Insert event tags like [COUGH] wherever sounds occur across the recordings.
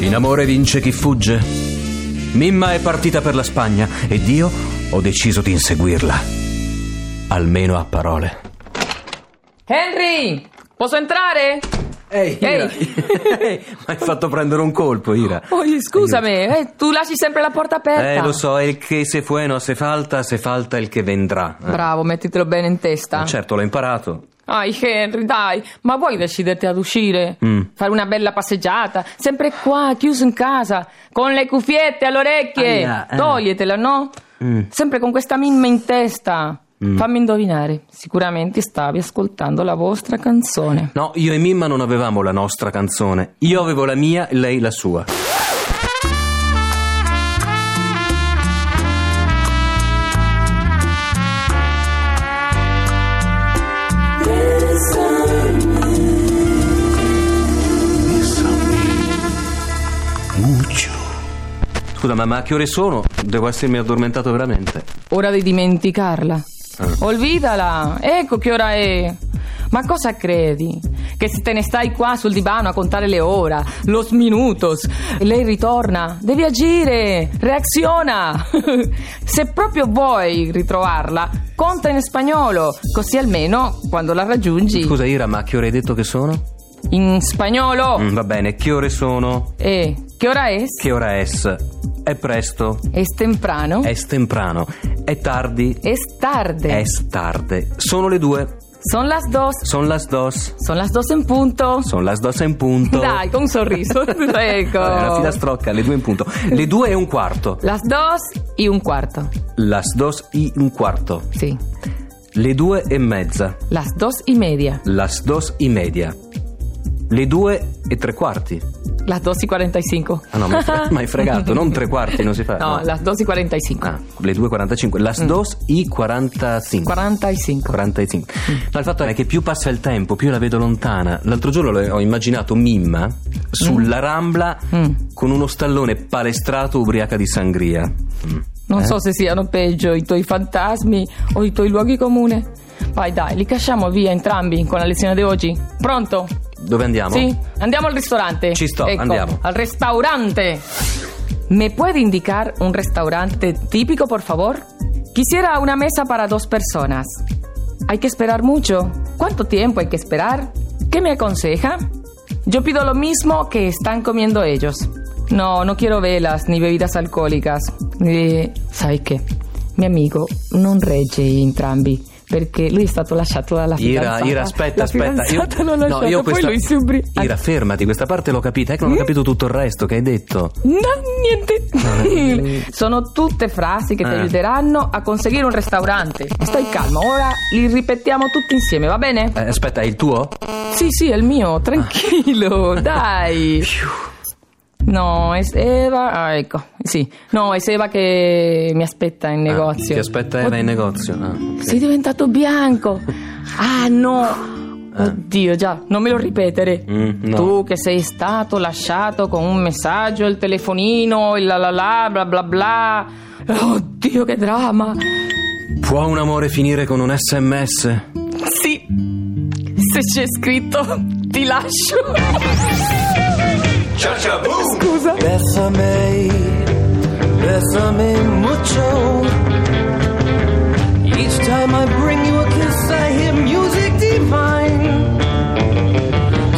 In amore vince chi fugge. Mimma è partita per la Spagna ed io ho deciso di inseguirla. Almeno a parole. Henry, posso entrare? Ehi, Ira. [LAUGHS] mi hai fatto prendere un colpo, Ira. Oh, scusami, eh, tu lasci sempre la porta aperta. Eh, lo so, è il che se fueno se falta, se falta il che vendrà. Eh, Bravo, mettitelo bene in testa. Certo, l'ho imparato. Ai Henry, dai, ma vuoi deciderti ad uscire? Mm. Fare una bella passeggiata? Sempre qua, chiuso in casa, con le cuffiette alle orecchie. Aia, eh. Toglietela, no? Mm. Sempre con questa mimma in testa. Fammi indovinare, sicuramente stavi ascoltando la vostra canzone. No, io e Mimma non avevamo la nostra canzone. Io avevo la mia, lei la sua. Scusa, ma, ma a che ore sono? Devo essermi addormentato veramente. Ora di dimenticarla. Ah. Olvidala, ecco che ora è. Ma cosa credi? Che se te ne stai qua sul divano a contare le ore, los minutos, e lei ritorna, devi agire, reaziona. [LAUGHS] se proprio vuoi ritrovarla, conta in spagnolo, così almeno quando la raggiungi. Scusa, Ira, ma a che ore hai detto che sono? In spagnolo. Mm, va bene, che ore sono? Eh, che ora è? Che ora è? È presto. Es temprano. È temprano. È tardi. Es tarde. È tarde. Sono le due. Son las dos. Son las dos. Son las dos en punto. Son las dos in punto. [LAUGHS] Dai, con un sorriso. ecco. Vabbè, Una filastrocca, le due in punto. Le due e un quarto. Las dos y un cuarto. Las dos y un quarto. Sí. Le due e mezza. Las dos y media. Las dos y media. Le due e tre quarti. Las dos y cuarenta y cinco. Ah no, mi hai fre- mi hai fregato, non tre quarti, non si fa. [LAUGHS] No, las dos y cuarenta y cinco. Ah, le 2.45. Las Mm. dos y 45. Cuarenta y cinco. 45. Mm. Ma il fatto è che più passa il tempo, più la vedo lontana. L'altro giorno le- ho immaginato Mimma sulla Rambla Mm. con uno stallone palestrato ubriaca di sangria. Mm. Non so se siano peggio i tuoi fantasmi o i tuoi luoghi comuni. Vai dai, li cacciamo via entrambi con la lezione di oggi. Pronto? Dove andiamo? Sì, andiamo al ristorante. Ci sto, Ecco, andiamo. Al ristorante. ¿Me puede indicar un restaurante típico, por favor? Quisiera una mesa para dos personas. ¿Hay que esperar mucho? ¿Cuánto tiempo hay que esperar? ¿Qué me aconseja? Yo pido lo mismo que están comiendo ellos. No, no quiero velas ni bebidas alcohólicas. Eh, ¿Sabes qué? Mi amigo non regge entrambi perché lui è stato lasciato dalla Ira, fidanzata. Ira, aspetta, La aspetta. fidanzata l'ho lasciato, poi lui si ubriaca. Mm. Ira, fermati, questa parte l'ho capita, è che non ho capito tutto il resto che hai detto. No, niente. [LAUGHS] Sono tutte frasi che ti Eh. aiuteranno a conseguire un ristorante. Stai calmo, ora li ripetiamo tutti insieme, va bene? Eh, aspetta, è il tuo? Sì, sì, è il Ah. [LAUGHS] mio, tranquillo, dai. No, è Eva. Ah, ecco, sì. No, è Eva che mi aspetta in negozio. Ah, ti aspetta Eva in negozio. Ah, ok. Sei diventato bianco. Ah, no. Oddio, già, non me lo ripetere. Mm, no. Tu che sei stato lasciato con un messaggio, il telefonino, il la la la, bla bla bla. Oddio, che dramma. Può un amore finire con un sms? Sì, se c'è scritto, ti lascio. Scusa. Bésame, bésame mucho. Each time I bring you a kiss, I hear music divine.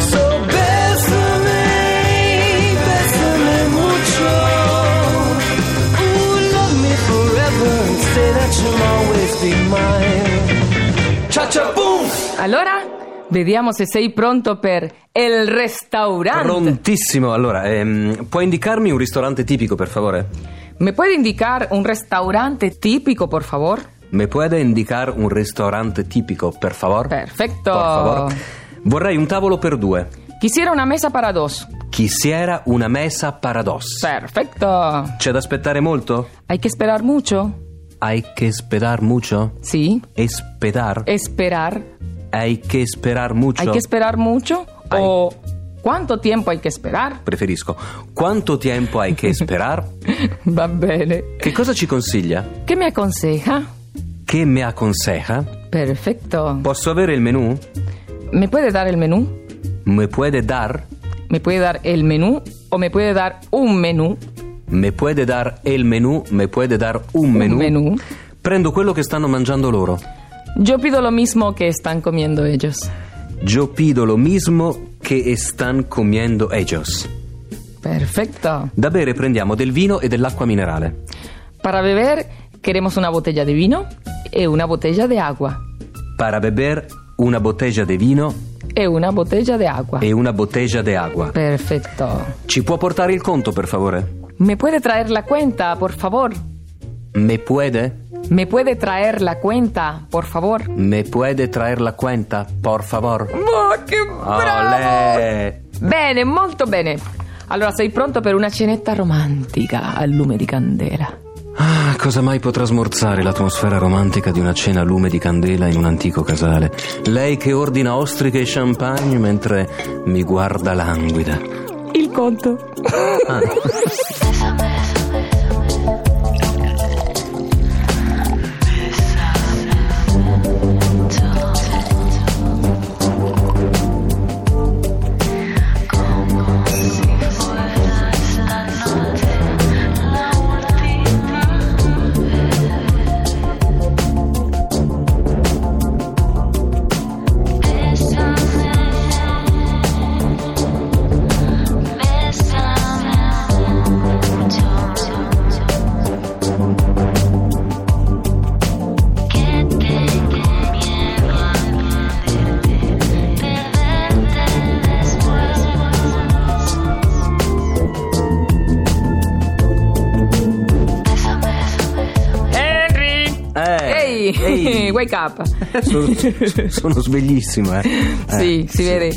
So bésame, bésame mucho. Ooh, love me forever and say that you'll always be mine. Cha cha boom. Allora, vediamo se sei pronto per il restaurante. Prontissimo. Allora, ehm, puoi indicarmi un ristorante tipico, per favore? ¿Me puede indicar un restaurante típico, por favor? ¿Me puede indicar un ristorante tipico, per favor? Perfecto. Por favor. Vorrei un tavolo per due. Quisiera una mesa para dos. Quisiera una mesa paradossa. Perfecto. C'è da aspettare molto? Hay que esperar mucho. Hay que esperar mucho? Sí. Esperar? Esperar. Hay que esperar mucho? Hay que esperar mucho. O ¿cuánto tiempo hay que esperar? [LAUGHS] Preferisco. Quanto tempo hay que esperar? Va bene. che cosa ci consiglia? ¿Qué me aconseja? Che mi aconseja? Perfecto. Posso avere il menù? ¿Me puede dar el menú? Me puede dar? ¿Me puede dar el menú? ¿O me puede dar un menú? Me puede dar el menù? Me puede dar un menù? menù. Prendo quello che stanno mangiando loro. Yo pido lo mismo que están comiendo ellos. Yo pido lo mismo che están comiendo ellos. Perfecto. Da bere prendiamo del vino e dell'acqua minerale. Para beber queremos una botella de vino y una botella de agua. Para beber una bottiglia di vino Y eh, una botella de agua. e una bottiglia di acqua. Perfecto. Ci può portare il conto, per favore? ¿Me puede traer la cuenta, por favor? Me puede? ¿Me puede traer la cuenta, por favor? Me puede traer la cuenta, por favor? ¡Oh, qué Olè! Bene, molto bene. Allora sei pronto per una cenetta romantica al lume di candela? Ah, cosa mai potrà smorzare l'atmosfera romantica di una cena a lume di candela in un antico casale? Lei che ordina ostriche e champagne mentre mi guarda languida. Il conto. Henry! Eh, [LAUGHS] Ehi, [LAUGHS] wake up. [LAUGHS] Sono, sono sveglissimo, eh. Eh, sì, si vede.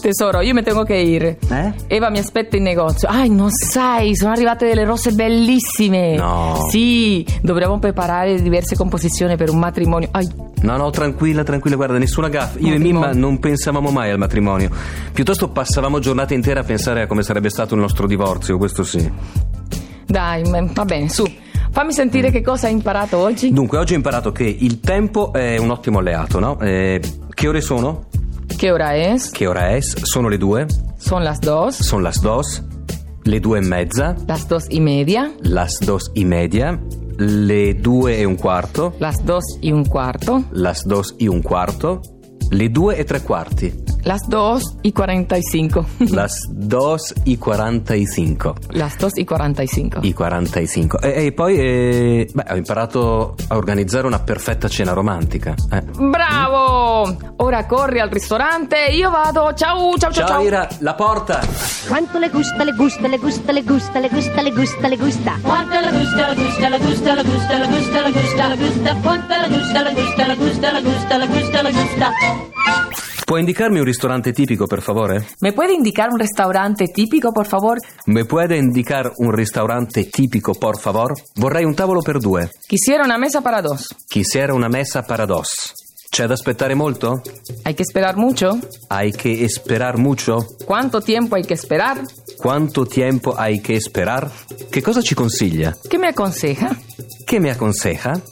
Tesoro, io mi tengo che ir. Eh? Eva mi aspetta in negozio. Ai, non sai, sono arrivate delle rose bellissime. No. Sì, dovremmo preparare diverse composizioni per un matrimonio. Ai, No, no, tranquilla, tranquilla, guarda, nessuna gaffa. Io e Matrimonio. Mimma non pensavamo mai al matrimonio. Piuttosto passavamo giornate intere a pensare a come sarebbe stato il nostro divorzio, questo sì. dai, ma- va bene, su. Fammi sentire che cosa hai imparato oggi. Dunque, oggi ho imparato che il tempo è un ottimo alleato, no? Eh, che ore sono? Che ora è? Che ora è? Sono le due? Son las dos, Sono las dos? Le due e mezza? las dos y media, Las dos y media? Le due e un quarto? las dos y un cuarto, Las dos y un quarto? Le due e tre quarti? las dos y cuarenta y cinco. [LAUGHS] Las dos y quarantacinque? Las dos y cuarenta y cinco. I 45. E, e poi eh, beh, ho imparato a organizzare una perfetta cena romantica. eh. Bravo! Ora corri al ristorante, io vado. Ciao, ciao, ciao, Ciao, ciao. Ira, la porta! Quanto le gusta, le gusta, le gusta, le gusta, le gusta, le gusta, le gusta. Quanta la gusta, la gusta, la gusta, la gusta, la gusta, la gusta, la gusta, quanta la gusta, la gusta, la gusta, la gusta, la gusta, la gusta. Puoi indicarmi un ristorante tipico, per favore? ¿Me puede indicar un restaurante típico, por favor? Me puede indicar un ristorante tipico, por favor? Vorrei un tavolo per due. Quisiera una mesa para dos. Quisiera una messa paradosso. C'è da aspettare molto? ¿Hay que esperar mucho? Hai che esperar mucho? ¿Cuánto tiempo hay que esperar? Quanto tempo hai che esperar? Che cosa ci consiglia? ¿Qué me aconseja? Che mi aconseja?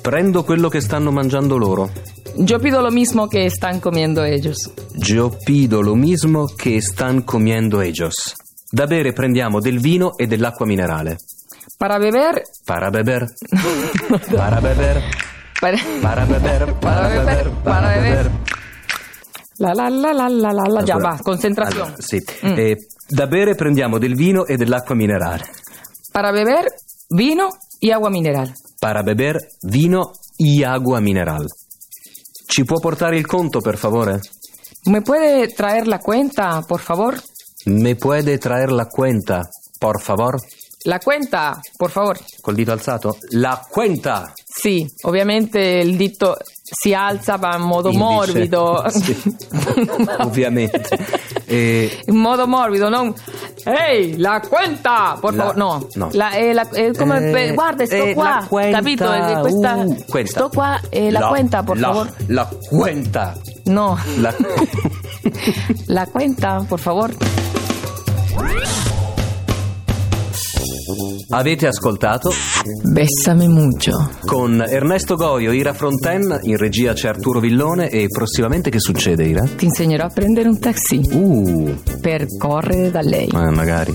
Prendo quello che stanno mangiando loro. Yo pido lo mismo que están comiendo ellos. Yo pido lo mismo che están comiendo ellos. Da bere prendiamo del vino e dell'acqua minerale. Para beber. Para [LAUGHS] beber. Para beber. para- Para beber. Para beber. Para beber. [LAUGHS] La la la la la la la. Ya Ancora. va, concentración. Allora, sì. Eh, da bere prendiamo del vino e dell'acqua minerale. Para beber, vino y agua mineral. Para beber vino e agua mineral. Ci può portare il conto, per favore? ¿Me puede traer la cuenta, por favor? Me puede traer la cuenta, por favor? La cuenta, por favor. Col dito alzato? La cuenta! Sì, ovviamente il dito si alza ma in [LAUGHS] modo Indice. [LAUGHS] morbido. [LAUGHS] Sì, ovviamente. Eh, E In modo morbido, non. Ehi, la cuenta! Por La- favore, no. no. La- eh, la- eh, come Eh, per- guarda, sto eh, qua. la cuenta, capito? Eh, questa- uh, cuenta. Sto qua, eh, la, cuenta, por la- favor. La cuenta. No, [LAUGHS] La- la cuenta, por favor. Avete ascoltato Bessame mucho. con Ernesto Goio, Ira Fronten, in regia c'è Arturo Villone e prossimamente che succede Ira? Ti insegnerò a prendere un taxi Uh, per correre da lei. eh, magari.